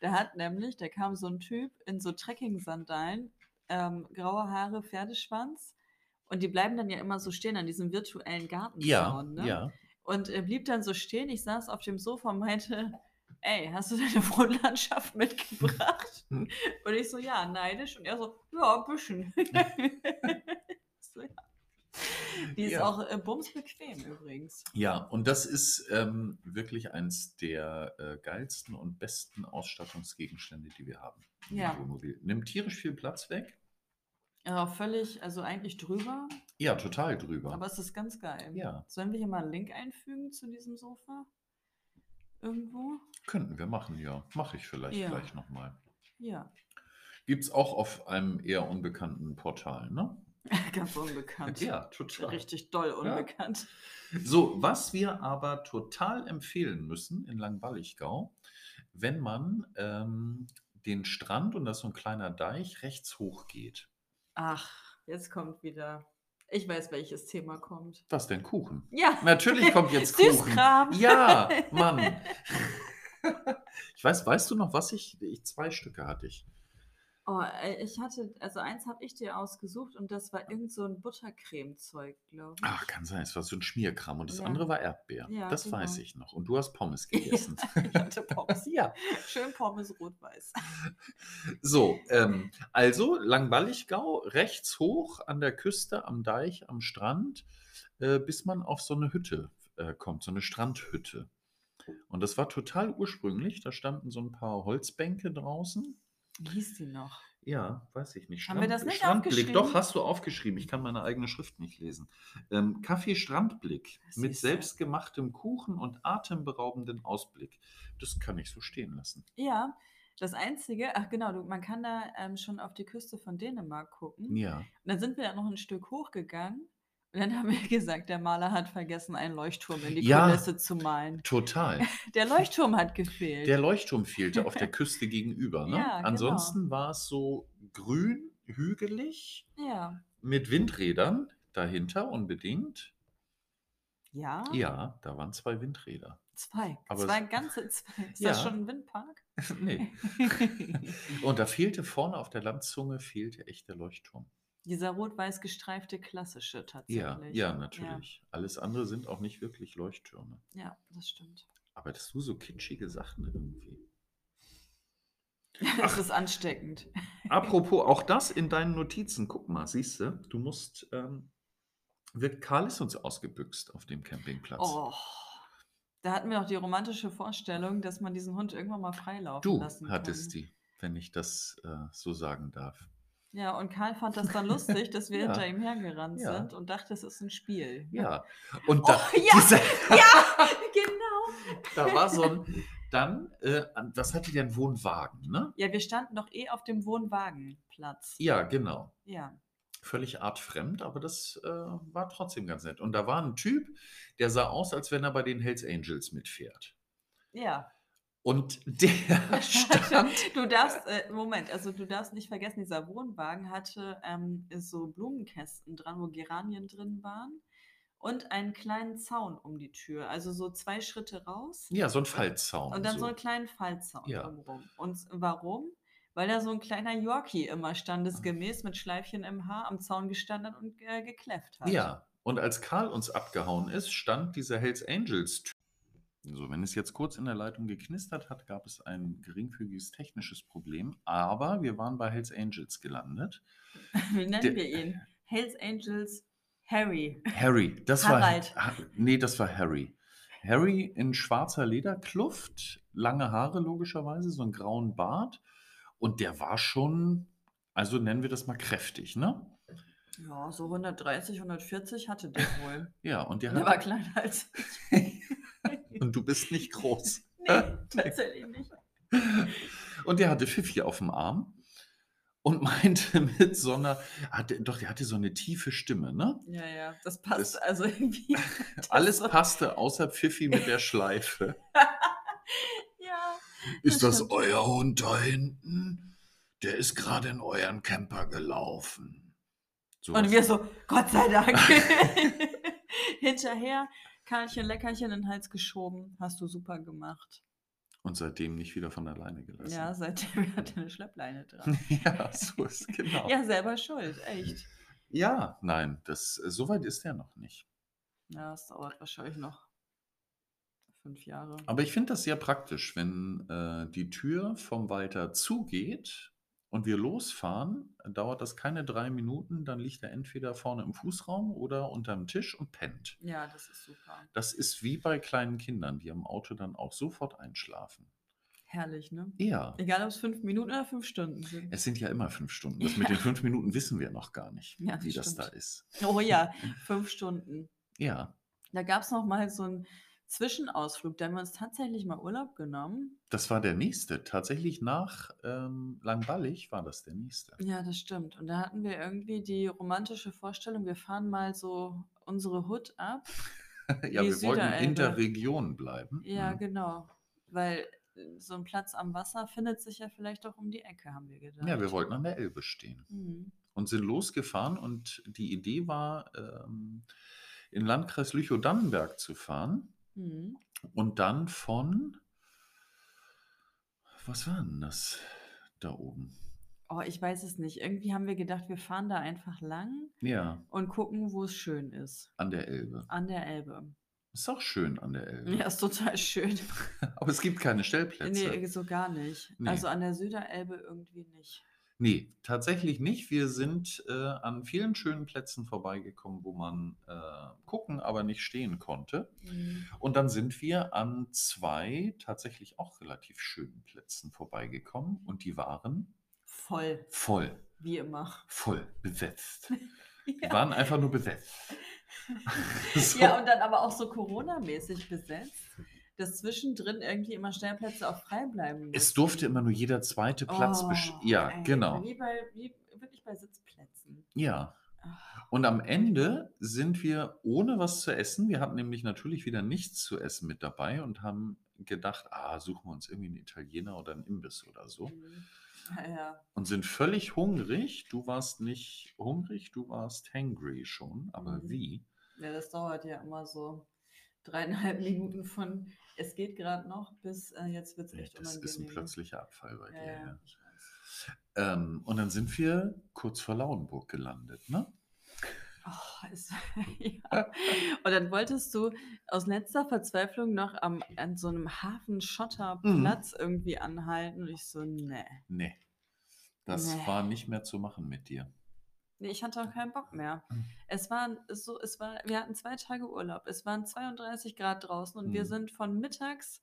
Da hat nämlich, da kam so ein Typ in so Trekking-Sandalen, ähm, graue Haare, Pferdeschwanz. Und die bleiben dann ja immer so stehen an diesem virtuellen ja, Gartenzaun. ne? ja. Und er blieb dann so stehen. Ich saß auf dem Sofa und meinte, ey, hast du deine [laughs] [laughs] Wohnlandschaft mitgebracht? Hm. Und ich so, ja, neidisch. Und er so, ja, ein [laughs] bisschen. so, ja. Die ist Ja. auch äh, bumsbequem übrigens. Ja, und das ist ähm, wirklich eins der äh, geilsten und besten Ausstattungsgegenstände, die wir haben. im Ja. Wohnmobil. Nimmt tierisch viel Platz weg. Ja, völlig, also eigentlich drüber, Ja, total drüber. aber es ist ganz geil. ja, Sollen wir hier mal einen Link einfügen zu diesem Sofa? Irgendwo? könnten wir machen, ja. Mache ich vielleicht Ja. gleich nochmal. Ja, [laughs] Gibt es auch auf einem eher unbekannten Portal, ne? ganz unbekannt. Ja, total. Richtig doll unbekannt. So, was wir aber total empfehlen müssen in Langballichgau, wenn man ähm, den Strand und das ist so ein kleiner Deich rechts hoch geht. Ach, jetzt kommt wieder. Ich weiß, welches Thema kommt. Was denn Kuchen? Ja, Natürlich [laughs] kommt jetzt Kuchen. Süßkram. Ja, [laughs] Mann. Ich weiß, weißt du noch, was ich, ich zwei Stücke hatte ich. Oh, äh, ich hatte, also eins habe ich dir ausgesucht und das war irgend so ein Buttercreme-Zeug, glaube [laughs] ich. Ach, kann sein, es war so ein Schmierkram und das Ja. andere war Erdbeer. Ja, das genau. weiß ich noch. Und du hast Pommes [laughs] Ja, gegessen. ich hatte Pommes. ja. Schön Pommes rot-weiß. So, ähm, also Langballichgau, rechts hoch an der Küste, am Deich, am Strand, äh, bis man auf so eine Hütte äh, kommt, so eine Strandhütte. Und das war total ursprünglich. Da standen so ein paar Holzbänke draußen. Wie hieß die noch? Ja, weiß ich nicht. Haben wir das nicht aufgeschrieben? Doch, hast du aufgeschrieben. Ich kann meine eigene Schrift nicht lesen. Ähm, Kaffee Strandblick Das mit siehst du. selbstgemachtem Kuchen und atemberaubenden Ausblick. Das kann ich so stehen lassen. Ja, das Einzige, ach genau, du, man kann da ähm, schon auf die Küste von Dänemark gucken. Ja. Und dann sind wir ja noch ein Stück hochgegangen und dann haben wir gesagt, der Maler hat vergessen, einen Leuchtturm in die Ja. Kulisse zu malen. Total. [laughs] Der Leuchtturm hat gefehlt. Der Leuchtturm fehlte auf der Küste gegenüber. Ne? [laughs] Ja, genau. Ansonsten war es so grün, hügelig, ja. mit Windrädern dahinter unbedingt. Ja? Ja, da waren zwei Windräder. [laughs] Zwei. Aber zwei es- ganze zwei. Ist Ja. das schon [laughs] ein Windpark? nee. Und da fehlte vorne auf der Landzunge fehlte echt der Leuchtturm. Dieser rot-weiß gestreifte klassische Ja, tatsächlich. ja, natürlich. Alles andere sind auch nicht wirklich Leuchttürme. Ja, ja das stimmt. Aber dass du so kitschige Sachen irgendwie. Das ist ansteckend. Apropos, auch das in deinen Notizen. Guck mal, siehst du, du musst. Ähm, wir, Karl ist uns ausgebüxt auf dem Campingplatz. Oh. Da hatten wir noch die romantische Vorstellung, dass man diesen Hund irgendwann mal freilaufen du lassen hattest kann. die, wenn ich das äh, so sagen darf. die. Ja, und Karl fand das dann lustig, dass wir [laughs] Ja. hinter ihm hergerannt Ja. sind und dachte, es ist ein Spiel. Ja. Und da, [laughs] Oh, ja. diese, [laughs] genau. da war so ein. Dann, äh, an- was hatte der? Ein Wohnwagen, ne? Ja, wir standen doch eh auf dem Wohnwagenplatz. Ja, genau. Ja. völlig artfremd, aber das äh, war trotzdem ganz nett. Und da war ein Typ, der sah aus, als wenn er bei den Hells Angels mitfährt. Ja. Und [laughs] der [laughs] stand. Du darfst, äh, Moment, also du darfst nicht vergessen, dieser Wohnwagen hatte ähm, so Blumenkästen dran, wo Geranien drin waren. Und einen kleinen Zaun um die Tür. Also so zwei Schritte raus. Ja, so ein Fallzaun. Und dann so, einen kleinen Fallzaun Ja. drumherum. Und warum? Weil da so ein kleiner Yorkie immer standesgemäß mit Schleifchen im Haar am Zaun gestanden hat und äh, gekläfft hat. Ja, und als Karl uns abgehauen ist, stand dieser Hells Angels. Typ. So, wenn es jetzt kurz in der Leitung geknistert hat, gab es ein geringfügiges technisches Problem, aber wir waren bei Hells Angels gelandet. [laughs] Wie nennen Der- wir ihn? Hells Angels Harry. Harry, das Harald. war. Ha, nee, das war Harry. Harry in schwarzer Lederkluft, lange Haare logischerweise, so einen grauen Bart. Und der war schon, also nennen wir das mal kräftig, ne? Ja, so 130, 140 hatte der wohl. Ja, und der Der war hat. kleiner [laughs] als Und du bist nicht [laughs] groß. [laughs] Nee, tatsächlich nicht. Und der hatte Fifi auf dem Arm und [laughs] meinte mit so einer, hatte, doch, der hatte so eine tiefe Stimme, ne? Ja, ja, das passt Das- also [laughs] irgendwie. Alles war- passte außer Pfiffi mit der Schleife. Ja. Ist Das das stimmt. euer Hund da hinten? Der ist gerade in euren Camper gelaufen. So Und wir so, Gott [laughs] sei Dank. Hinterher, Karlchen, Leckerchen in den Hals geschoben. Hast du super gemacht. und seitdem nicht wieder von alleine gelassen. Ja, [laughs] seitdem [laughs] hat er eine Schleppleine dran. Ja, so ist genau. Ja, Ja, selber schuld, echt. nein, das, äh, so weit ist er noch nicht. Ja, es dauert wahrscheinlich noch fünf Jahre. Aber ich finde das sehr praktisch, wenn äh, die Tür vom Walter zugeht und wir losfahren, dauert das keine drei Minuten, dann liegt er entweder vorne im Fußraum oder unterm Tisch und pennt. Ja, das ist super. Das ist wie bei kleinen Kindern, die am Auto dann auch sofort einschlafen. Herrlich, ne? Ja, Egal, ob es fünf Minuten oder fünf Stunden sind. es sind ja immer fünf Stunden. Das mit den fünf Minuten wissen wir noch gar nicht, Ja, das wie das da stimmt. ist. Oh [laughs] ja, fünf Stunden. Ja, Da gab es noch mal so einen Zwischenausflug. Da haben wir uns tatsächlich mal Urlaub genommen. das war der nächste. Tatsächlich nach ähm, Langballig war das der nächste. Ja, das stimmt. Und da hatten wir irgendwie die romantische Vorstellung, wir fahren mal so unsere Hood ab. [laughs] ja, Die wir wollten Süderelbe. in der Region bleiben. Ja, Mhm. genau. Weil äh, so ein Platz am Wasser findet sich ja vielleicht auch um die Ecke, haben wir gedacht. Ja, wir wollten an der Elbe stehen Mhm. und sind losgefahren und die Idee war, ähm, in den Landkreis Lüchow-Dannenberg zu fahren Mhm. und dann von, was war denn das da oben? Oh, ich weiß es nicht. Irgendwie haben wir gedacht, wir fahren da einfach lang Ja, und gucken, wo es schön ist. an der Elbe. An der Elbe. Ist auch schön an der Elbe, Ja, ist total [laughs] schön. aber es gibt keine Stellplätze. Nee, so gar nicht. äh, Nee. Also an der Süderelbe irgendwie nicht. Nee, tatsächlich nicht. Wir sind äh, an vielen schönen Plätzen vorbeigekommen, wo man äh, gucken, aber nicht stehen konnte. Mhm. Und dann sind wir an zwei tatsächlich auch relativ schönen Plätzen vorbeigekommen und die waren Voll, voll, wie immer. voll [laughs] besetzt. Die Ja, waren einfach nur [laughs] besetzt. [laughs] So. ja und dann aber auch so Corona-mäßig besetzt, dass zwischendrin irgendwie immer Stellplätze auch frei bleiben es mussten. durfte immer nur jeder zweite Platz. besch- Oh, ja, ey, genau. Wie, bei, wie wirklich bei Sitzplätzen. Ja. Und am Ende sind wir ohne was zu essen. Wir hatten nämlich natürlich wieder nichts zu essen mit dabei und haben gedacht, ah, suchen wir uns irgendwie einen Italiener oder einen Imbiss oder so. Mhm. Ja, ja. und sind völlig hungrig. Du warst nicht hungrig, du warst hangry schon, aber Mhm. wie? ja, das dauert ja immer so dreieinhalb [laughs] Minuten von es geht gerade noch bis äh, jetzt wird es Ey, echt das unangenehm. ist ein plötzlicher Abfall bei ja, dir. ja, Ja. ich weiß. Ähm, und dann sind wir kurz vor Lauenburg gelandet, ne? Oh, ist, [laughs] ja. Und dann wolltest du aus letzter Verzweiflung noch am, an so einem Hafenschotterplatz Mhm. irgendwie anhalten. Und ich so, nee. Nee. Das Nee. war nicht mehr zu machen mit dir. Nee, ich hatte auch keinen Bock mehr. Mhm. Es waren so, es war, wir hatten zwei Tage Urlaub. Es waren 32 Grad draußen und wir Mhm. sind von mittags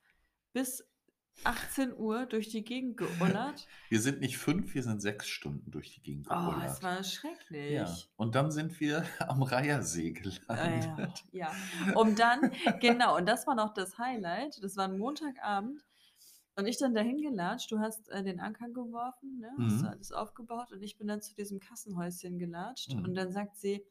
bis 18 Uhr durch die Gegend geullert. Wir sind nicht fünf, wir sind sechs Stunden durch die Gegend Oh, geullert. es war schrecklich. ja. Und dann sind wir [laughs] am Reiersee Ah, gelandet. ja, [laughs] ja. Um dann, genau, und das war noch das Highlight. Das war ein Montagabend. Und ich dann dahin gelatscht, du hast äh, den Anker geworfen, ne? hast Mhm. du alles aufgebaut und ich bin dann zu diesem Kassenhäuschen gelatscht Mhm. und dann sagt sie,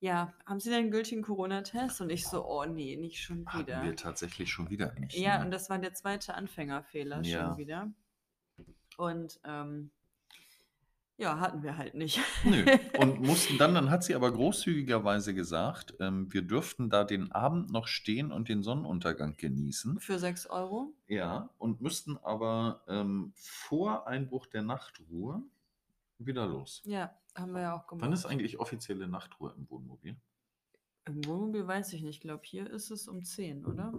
ja, haben Sie denn einen gültigen Corona-Test? Und ich so, oh nee, nicht schon Hatten wieder. wir tatsächlich schon wieder nicht. Ja, ne? und das war der zweite Anfängerfehler Ja. schon wieder. Und ähm, ja, hatten wir halt nicht. [laughs] Nö. Und mussten dann, dann hat sie aber großzügigerweise gesagt, ähm, wir dürften da den Abend noch stehen und den Sonnenuntergang genießen. Für 6 Euro. Ja, und müssten aber ähm, vor Einbruch der Nachtruhe wieder los. Ja, haben wir ja auch gemacht. Wann ist eigentlich offizielle Nachtruhe im Wohnmobil? Im Wohnmobil weiß ich nicht. Ich glaube, hier ist es um 10, oder?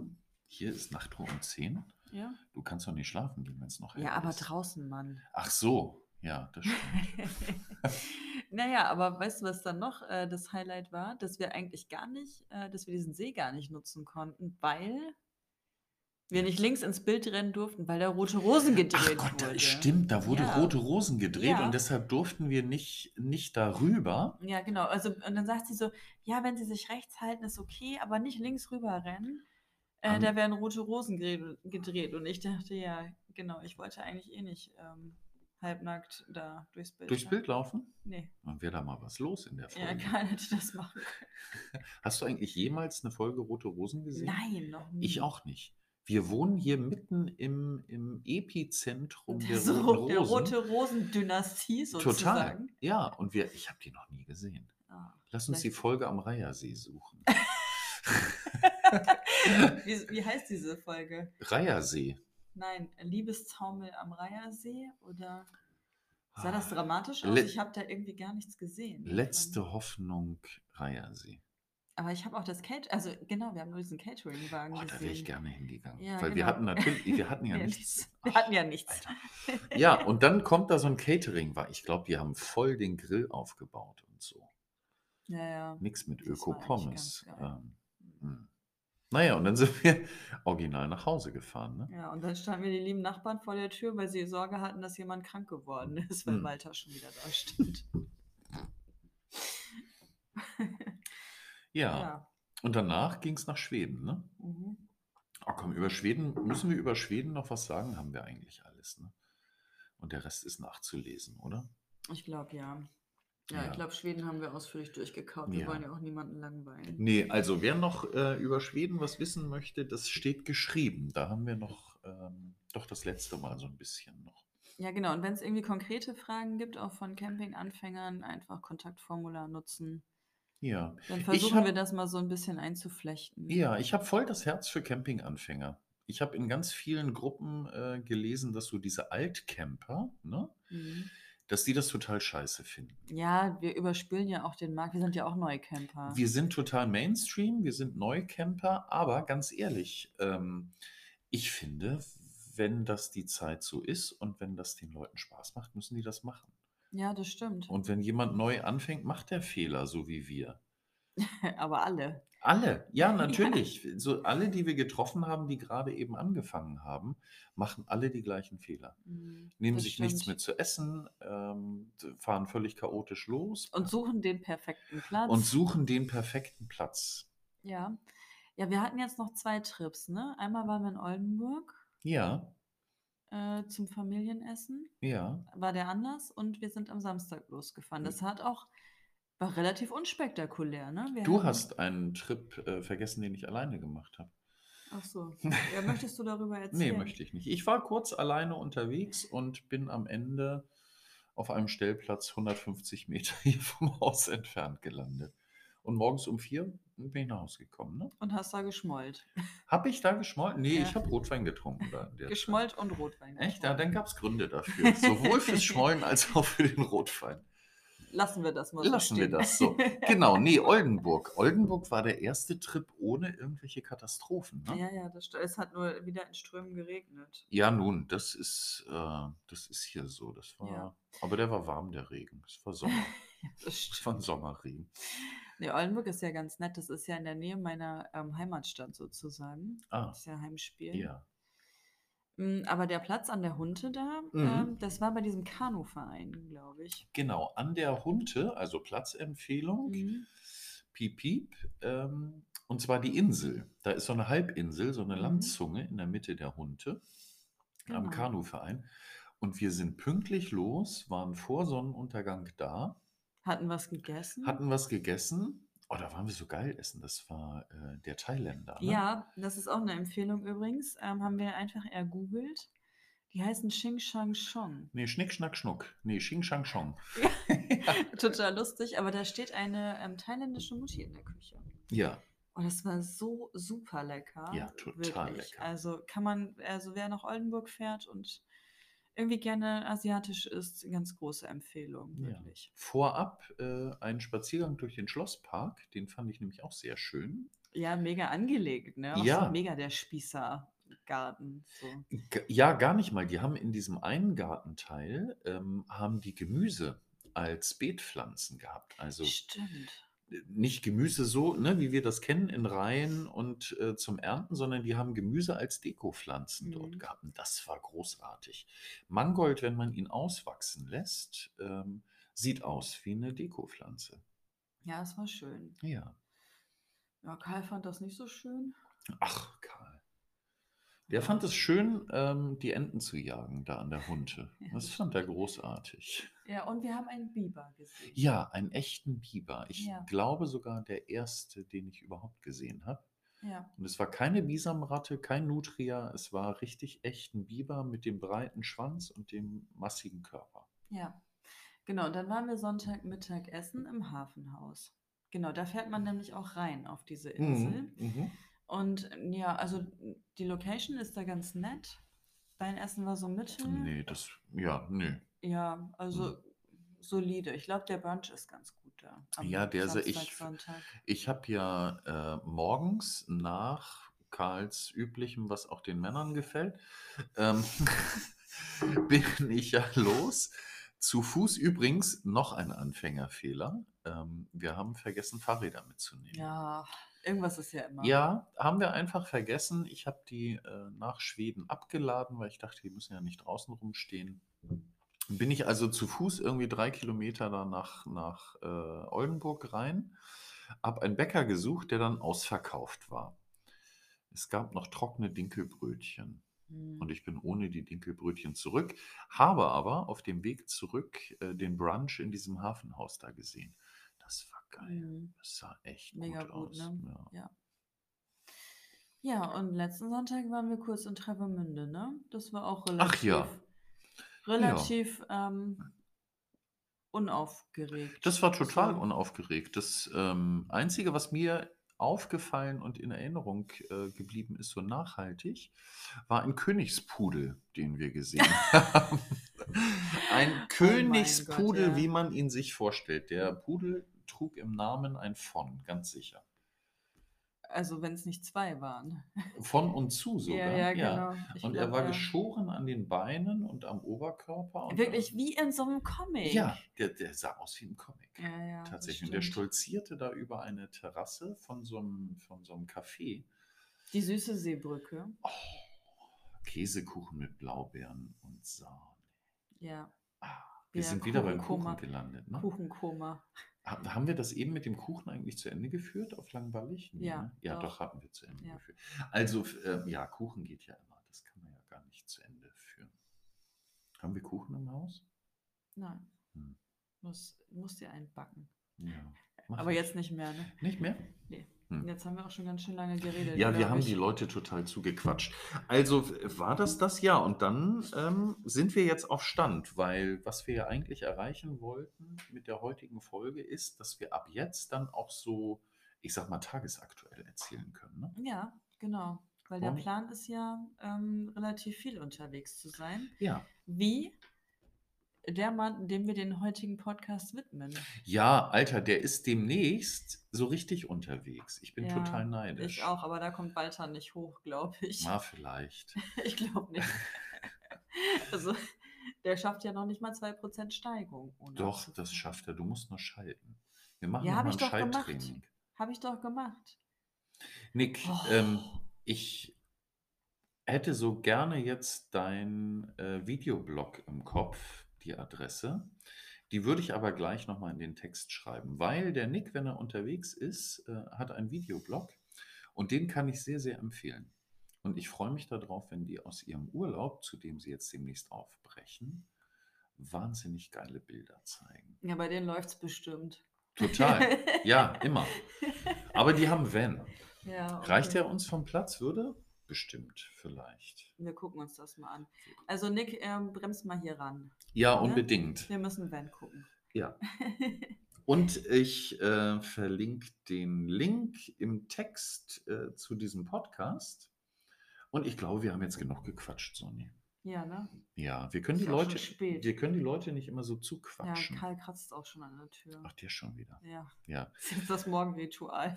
Hier ist Nachtruhe um 10. Ja. Du kannst doch nicht schlafen gehen, wenn es noch hell Ja, aber ist. draußen, Mann. [laughs] Ach so, ja, das stimmt. naja, aber weißt du, was dann noch äh, das Highlight war? Dass wir eigentlich gar nicht, äh, dass wir diesen See gar nicht nutzen konnten, weil wir nicht links ins Bild rennen durften, weil der rote Rosen gedreht Ach Gott, wurde. da, stimmt, da wurde Ja. Rote Rosen gedreht Ja. und deshalb durften wir nicht, nicht darüber. Ja, genau. Also, und dann sagt sie so, ja, wenn sie sich rechts halten, ist okay, aber nicht links rüber rennen. Äh, Am- da werden rote Rosen gered- gedreht. Und ich dachte, ja, genau, ich wollte eigentlich eh nicht ähm, halbnackt da durchs Bild. Durchs ne? Bild laufen? Nee. Dann wäre da mal was los in der Ja, [laughs] Folge. keiner hätte das machen können. Hast du eigentlich jemals eine Folge Rote Rosen gesehen? Nein, noch nie. Ich auch nicht. Wir wohnen hier mitten im, im Epizentrum Um der so, Roten Rosen. der rote Rosen-Dynastie Total. sozusagen. Ja, und wir, ich habe die noch nie gesehen. Ah. Lass uns die Vielleicht- Folge am Reiersee [laughs] suchen. Wie, wie heißt diese Folge? Reiersee. Nein, Liebestaumel am Reiersee oder sah das Ah, dramatisch aus? Le- ich habe da irgendwie gar nichts gesehen. davon. Letzte Hoffnung Reiersee. Aber ich habe auch das Catering, also genau, wir haben nur diesen Catering-Wagen Oh, da wäre ich gesehen. gerne hingegangen. Ja, weil wir genau. hatten natürlich, wir [laughs] hatten ja Wir nichts. [laughs] Wir Ach, hatten ja nichts. Alter. Ja, und dann kommt da so ein Catering, weil ich glaube, die haben voll den Grill aufgebaut und so. Ja, ja. Nix mit Das war eigentlich Öko-Pommes. ganz geil. Mhm. Ähm, mh. naja, und dann [laughs] sind wir original nach Hause gefahren. Ne? Ja, und dann standen wir die lieben Nachbarn vor der Tür, weil sie Sorge hatten, dass jemand krank geworden ist, weil Hm. Walter schon wieder da stand. Ja. Ja. Und danach ging es nach Schweden. Ne? Mhm. Oh komm, über Schweden, müssen wir über Schweden noch was sagen? Haben wir eigentlich alles. Ne? Und der Rest ist nachzulesen, oder? Ich glaube, ja. Ja, Ja. ich glaube, Schweden haben wir ausführlich durchgekaut. Wir Ja. wollen ja auch niemanden langweilen. Nee, also wer noch äh, über Schweden was wissen möchte, das steht geschrieben. Da haben wir noch ähm, doch das letzte Mal so ein bisschen noch. Ja, genau. Und wenn es irgendwie konkrete Fragen gibt, auch von Campinganfängern, einfach Kontaktformular nutzen. Ja, Dann versuchen hab- wir das mal so ein bisschen einzuflechten. ja ich habe voll das Herz für Campinganfänger. Ich habe in ganz vielen Gruppen äh, gelesen, dass so diese Altcamper, ne, Mhm. dass die das total scheiße finden. Ja, wir überspülen ja auch den Markt. Wir sind ja auch Neucamper. Wir sind total Mainstream, wir sind Neucamper, aber ganz ehrlich, ähm, ich finde, wenn das die Zeit so ist und wenn das den Leuten Spaß macht, müssen die das machen. ja, das stimmt. Und wenn jemand neu anfängt, macht er Fehler, so wie wir. [laughs] Aber alle. Alle, ja, natürlich. So alle, die wir getroffen haben, die gerade eben angefangen haben, machen alle die gleichen Fehler. Mhm, Nehmen das sich nichts stimmt. mit zu essen, ähm, fahren völlig chaotisch los Und suchen den perfekten Platz. und suchen den perfekten Platz. ja. ja, wir hatten jetzt noch zwei Trips. Ne? Einmal waren wir in Oldenburg Ja, äh, zum Familienessen. ja. war der Anlass und wir sind am Samstag losgefahren. Das hat auch, war relativ unspektakulär, ne? Wir Du hatten- hast einen Trip äh, vergessen, den ich alleine gemacht habe. [laughs] Ach so. Ja, möchtest du darüber Nee, erzählen? möchte ich nicht. Ich war kurz alleine unterwegs und bin am Ende auf einem Stellplatz 150 Meter [laughs] hier vom Haus entfernt gelandet. Und morgens um vier bin ich nach Hause gekommen. Ne? Und hast da geschmollt. Habe ich da geschmolten? Nee, Ja. ich habe Rotwein getrunken. Da in der Geschmollt und Rotwein. Zeit. Echt? Ja, getrunken. dann gab es Gründe dafür. Sowohl fürs Schmollen als auch für den Rotwein. Lassen wir das mal Lassen so wir stehen. das [laughs] so. Genau, nee, Oldenburg. Oldenburg war der erste Trip ohne irgendwelche Katastrophen. Ne? Ja, ja, das, st- es hat nur wieder in Strömen geregnet. Ja, nun, das ist, äh, das ist hier so. Das war, Ja. aber der war warm, der Regen. Es war [laughs] Sommer. Das Es stimmt. war ein Sommerregen. Nee, Oldenburg ist ja ganz nett. Das ist ja in der Nähe meiner ähm, Heimatstadt sozusagen. Ah, Das ist ja Heimspiel. ja. Mm, Aber der Platz an der Hunte da, Mhm. ähm, das war bei diesem Kanuverein, glaube ich. Genau, an der Hunte, also Platzempfehlung, Mhm. piep, piep, ähm, und zwar die Insel. Da ist so eine Halbinsel, so eine Mhm. Genau. Landzunge in der Mitte der Hunte. am Kanuverein. Und wir sind pünktlich los, waren vor Sonnenuntergang da, Hatten was gegessen? hatten ne? was gegessen. Oh, da waren wir so geil essen. Das war äh, der Thailänder. Ne? ja, das ist auch eine Empfehlung übrigens. Ähm, haben wir einfach ergoogelt. Die heißen Xing [laughs] Shang Shong. Nee, Schnick, Schnack, Schnuck. Nee, Xing, Shang, Schong. Total lustig, aber da steht eine ähm, thailändische Mutti in der Küche. Ja, Und Oh, das war so super lecker. Ja, total lecker. Also kann man, also wer nach Oldenburg fährt und irgendwie gerne asiatisch isst, ganz große Empfehlung, Ja. wirklich. vorab äh, einen Spaziergang durch den Schlosspark. Den fand ich nämlich auch sehr schön. Ja, mega angelegt, ne? Auch Ja. So mega der Spießergarten. So. G- Ja, gar nicht mal. Die haben in diesem einen Gartenteil ähm, haben die Gemüse als Beetpflanzen gehabt. Also Stimmt. äh, nicht Gemüse so, ne, wie wir das kennen, in Reihen und äh, zum Ernten, sondern die haben Gemüse als Dekopflanzen dort Mhm. gehabt. Und das war großartig. Mangold, wenn man ihn auswachsen lässt, ähm, sieht aus wie eine Dekopflanze. Ja, es war schön. Ja. Ja, Karl fand das nicht so schön. Ach, Karl. Der fand es schön, ähm, die Enten zu jagen da an der Hunte. Ja, Das das fand er großartig. Ja, und wir haben einen Biber gesehen. Ja, einen echten Biber. Ich Ja. glaube sogar der erste, den ich überhaupt gesehen habe. Ja. Und es war keine Bisamratte, kein Nutria, es war richtig echten Biber mit dem breiten Schwanz und dem massigen Körper. Ja, genau. Und dann waren wir Sonntagmittag essen im Hafenhaus. Genau, da fährt Hm. man nämlich auch rein auf diese Insel. Mhm. Und ähm, ja, also die Location ist da ganz nett. Dein Essen war so mittel. Nee, das, ja, nee. Ja, also solide. Ich glaube, der Brunch ist ganz gut da. am Ja, der ist ja Samstag, ich- Sonntag. Ich habe ja äh, morgens nach Karls üblichem, was auch den Männern gefällt, ähm, [laughs] bin ich ja los. Zu Fuß übrigens noch ein Anfängerfehler. Ähm, wir haben vergessen, Fahrräder mitzunehmen. Ja, irgendwas ist ja immer. Ja, haben wir einfach vergessen. Ich habe die äh, nach Schweden abgeladen, weil ich dachte, die müssen ja nicht draußen rumstehen. Bin ich also zu Fuß irgendwie drei Kilometer da nach, nach äh, Oldenburg rein, habe einen Bäcker gesucht, der dann ausverkauft war. Es gab noch trockene Dinkelbrötchen Hm. und ich bin ohne die Dinkelbrötchen zurück, habe aber auf dem Weg zurück äh, den Brunch in diesem Hafenhaus da gesehen. Das war geil. Mhm. Das sah echt Mega gut, gut, aus. ne? Ja. Ja, und letzten Sonntag waren wir kurz in Travemünde, ne? Das war auch Ach relativ, ja. relativ Ähm, unaufgeregt. Das war total So. unaufgeregt. Das ähm, Einzige, was mir aufgefallen und in Erinnerung äh, geblieben ist, so nachhaltig, war ein Königspudel, den wir [laughs] gesehen haben. Ein Königspudel, Oh ja. wie man ihn sich vorstellt. Der Pudel trug im Namen ein von, ganz sicher. Also wenn es nicht zwei waren. Von und zu sogar. ja, ja, genau. Ich Und er glaub, war ja. geschoren an den Beinen und am Oberkörper. Und Wirklich wie in so einem Comic. Ja, der, der sah aus wie ein Comic. ja, ja das Tatsächlich. Und der stimmt. stolzierte da über eine Terrasse von so einem, von so einem Café. Die süße Seebrücke. Oh, Käsekuchen mit Blaubeeren und Sahne. Ja, Ah, wir Ja, sind wieder beim Kuchenkoma. Kuchen gelandet. Ne? Kuchenkoma. Ha- Haben wir das eben mit dem Kuchen eigentlich zu Ende geführt auf Langweilig? Nee, Ja, ne? ja doch. doch. hatten wir zu Ende Ja. geführt. Also, f- ähm, ja, Kuchen geht ja immer. Das kann man ja gar nicht zu Ende führen. Haben wir Kuchen im Haus? Nein. Hm. Muss, muss dir einen backen. Ja. Mach Aber ich. jetzt nicht mehr, ne? Nicht mehr? Hm. Jetzt haben wir auch schon ganz schön lange geredet. Ja, wir glaub haben ich. die Leute total zugequatscht. Also w- war das das ja und dann ähm, sind wir jetzt auf Stand, weil was wir ja eigentlich erreichen wollten mit der heutigen Folge ist, dass wir ab jetzt dann auch so, ich sag mal, tagesaktuell erzählen können. Ne? Ja, genau. Weil der Und? Plan ist ja, ähm, relativ viel unterwegs zu sein. Ja. Wie der Mann, dem wir den heutigen Podcast widmen. Ja, Alter, der ist demnächst so richtig unterwegs. Ich bin Ja, total neidisch. Ich auch, aber da kommt Walter nicht hoch, glaube ich. Na, [laughs] vielleicht. Ich glaube [laughs] nicht. also, der schafft ja noch nicht mal 2% Steigung. ohne Doch, abzufahren. das schafft er. Du musst nur schalten. Wir machen Ja, noch hab mal ich ein doch gemacht. Schalttraining. Habe ich doch gemacht. Nick, Oh. ähm, ich hätte so gerne jetzt dein äh, Videoblog im Kopf, die Adresse. Die würde ich aber gleich nochmal in den Text schreiben, weil der Nick, wenn er unterwegs ist, äh, hat einen Videoblog und den kann ich sehr, sehr empfehlen. Und ich freue mich darauf, wenn die aus ihrem Urlaub, zu dem sie jetzt demnächst aufbrechen, wahnsinnig geile Bilder zeigen. Ja, bei denen läuft es bestimmt. Total. ja, immer. Aber die haben Van. Ja, Reicht okay. er uns vom Platz, würde? Bestimmt, vielleicht. Wir gucken uns das mal an. Also Nick, ähm, bremst mal hier ran. Ja, Ne? unbedingt. Wir müssen Van gucken. Ja. Und ich äh, verlinke den Link im Text äh, zu diesem Podcast. Und ich glaube, wir haben jetzt genug gequatscht, Sonny. ja, ne? Ja, wir können, Ist die ja auch schon Leute, spät. wir können die Leute nicht immer so Ja, zuquatschen. Karl kratzt auch schon an der Tür. Ach, der schon wieder. Ja, Ja. [laughs] das ist das Morgenritual.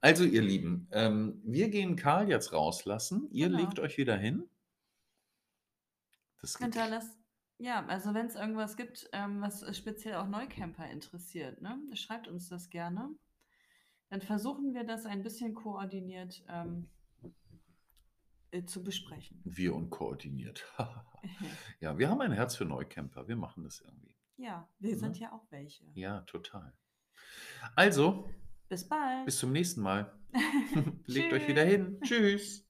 Also, ihr Lieben, ähm, wir gehen Karl jetzt rauslassen. Ihr Genau. legt euch wieder hin. Das gibt- Hinterlass. Ja, also wenn es irgendwas gibt, ähm, was speziell auch Neucamper interessiert, ne? schreibt uns das gerne. Dann versuchen wir das ein bisschen koordiniert ähm, äh, zu besprechen. [laughs] wir [laughs] unkoordiniert. ja, wir haben ein Herz für Neukämper. Wir machen das irgendwie. ja, wir Ne? sind ja auch welche. Ja, total. Also, Bis bald. bis zum nächsten Mal. Legt euch wieder hin. Tschüss.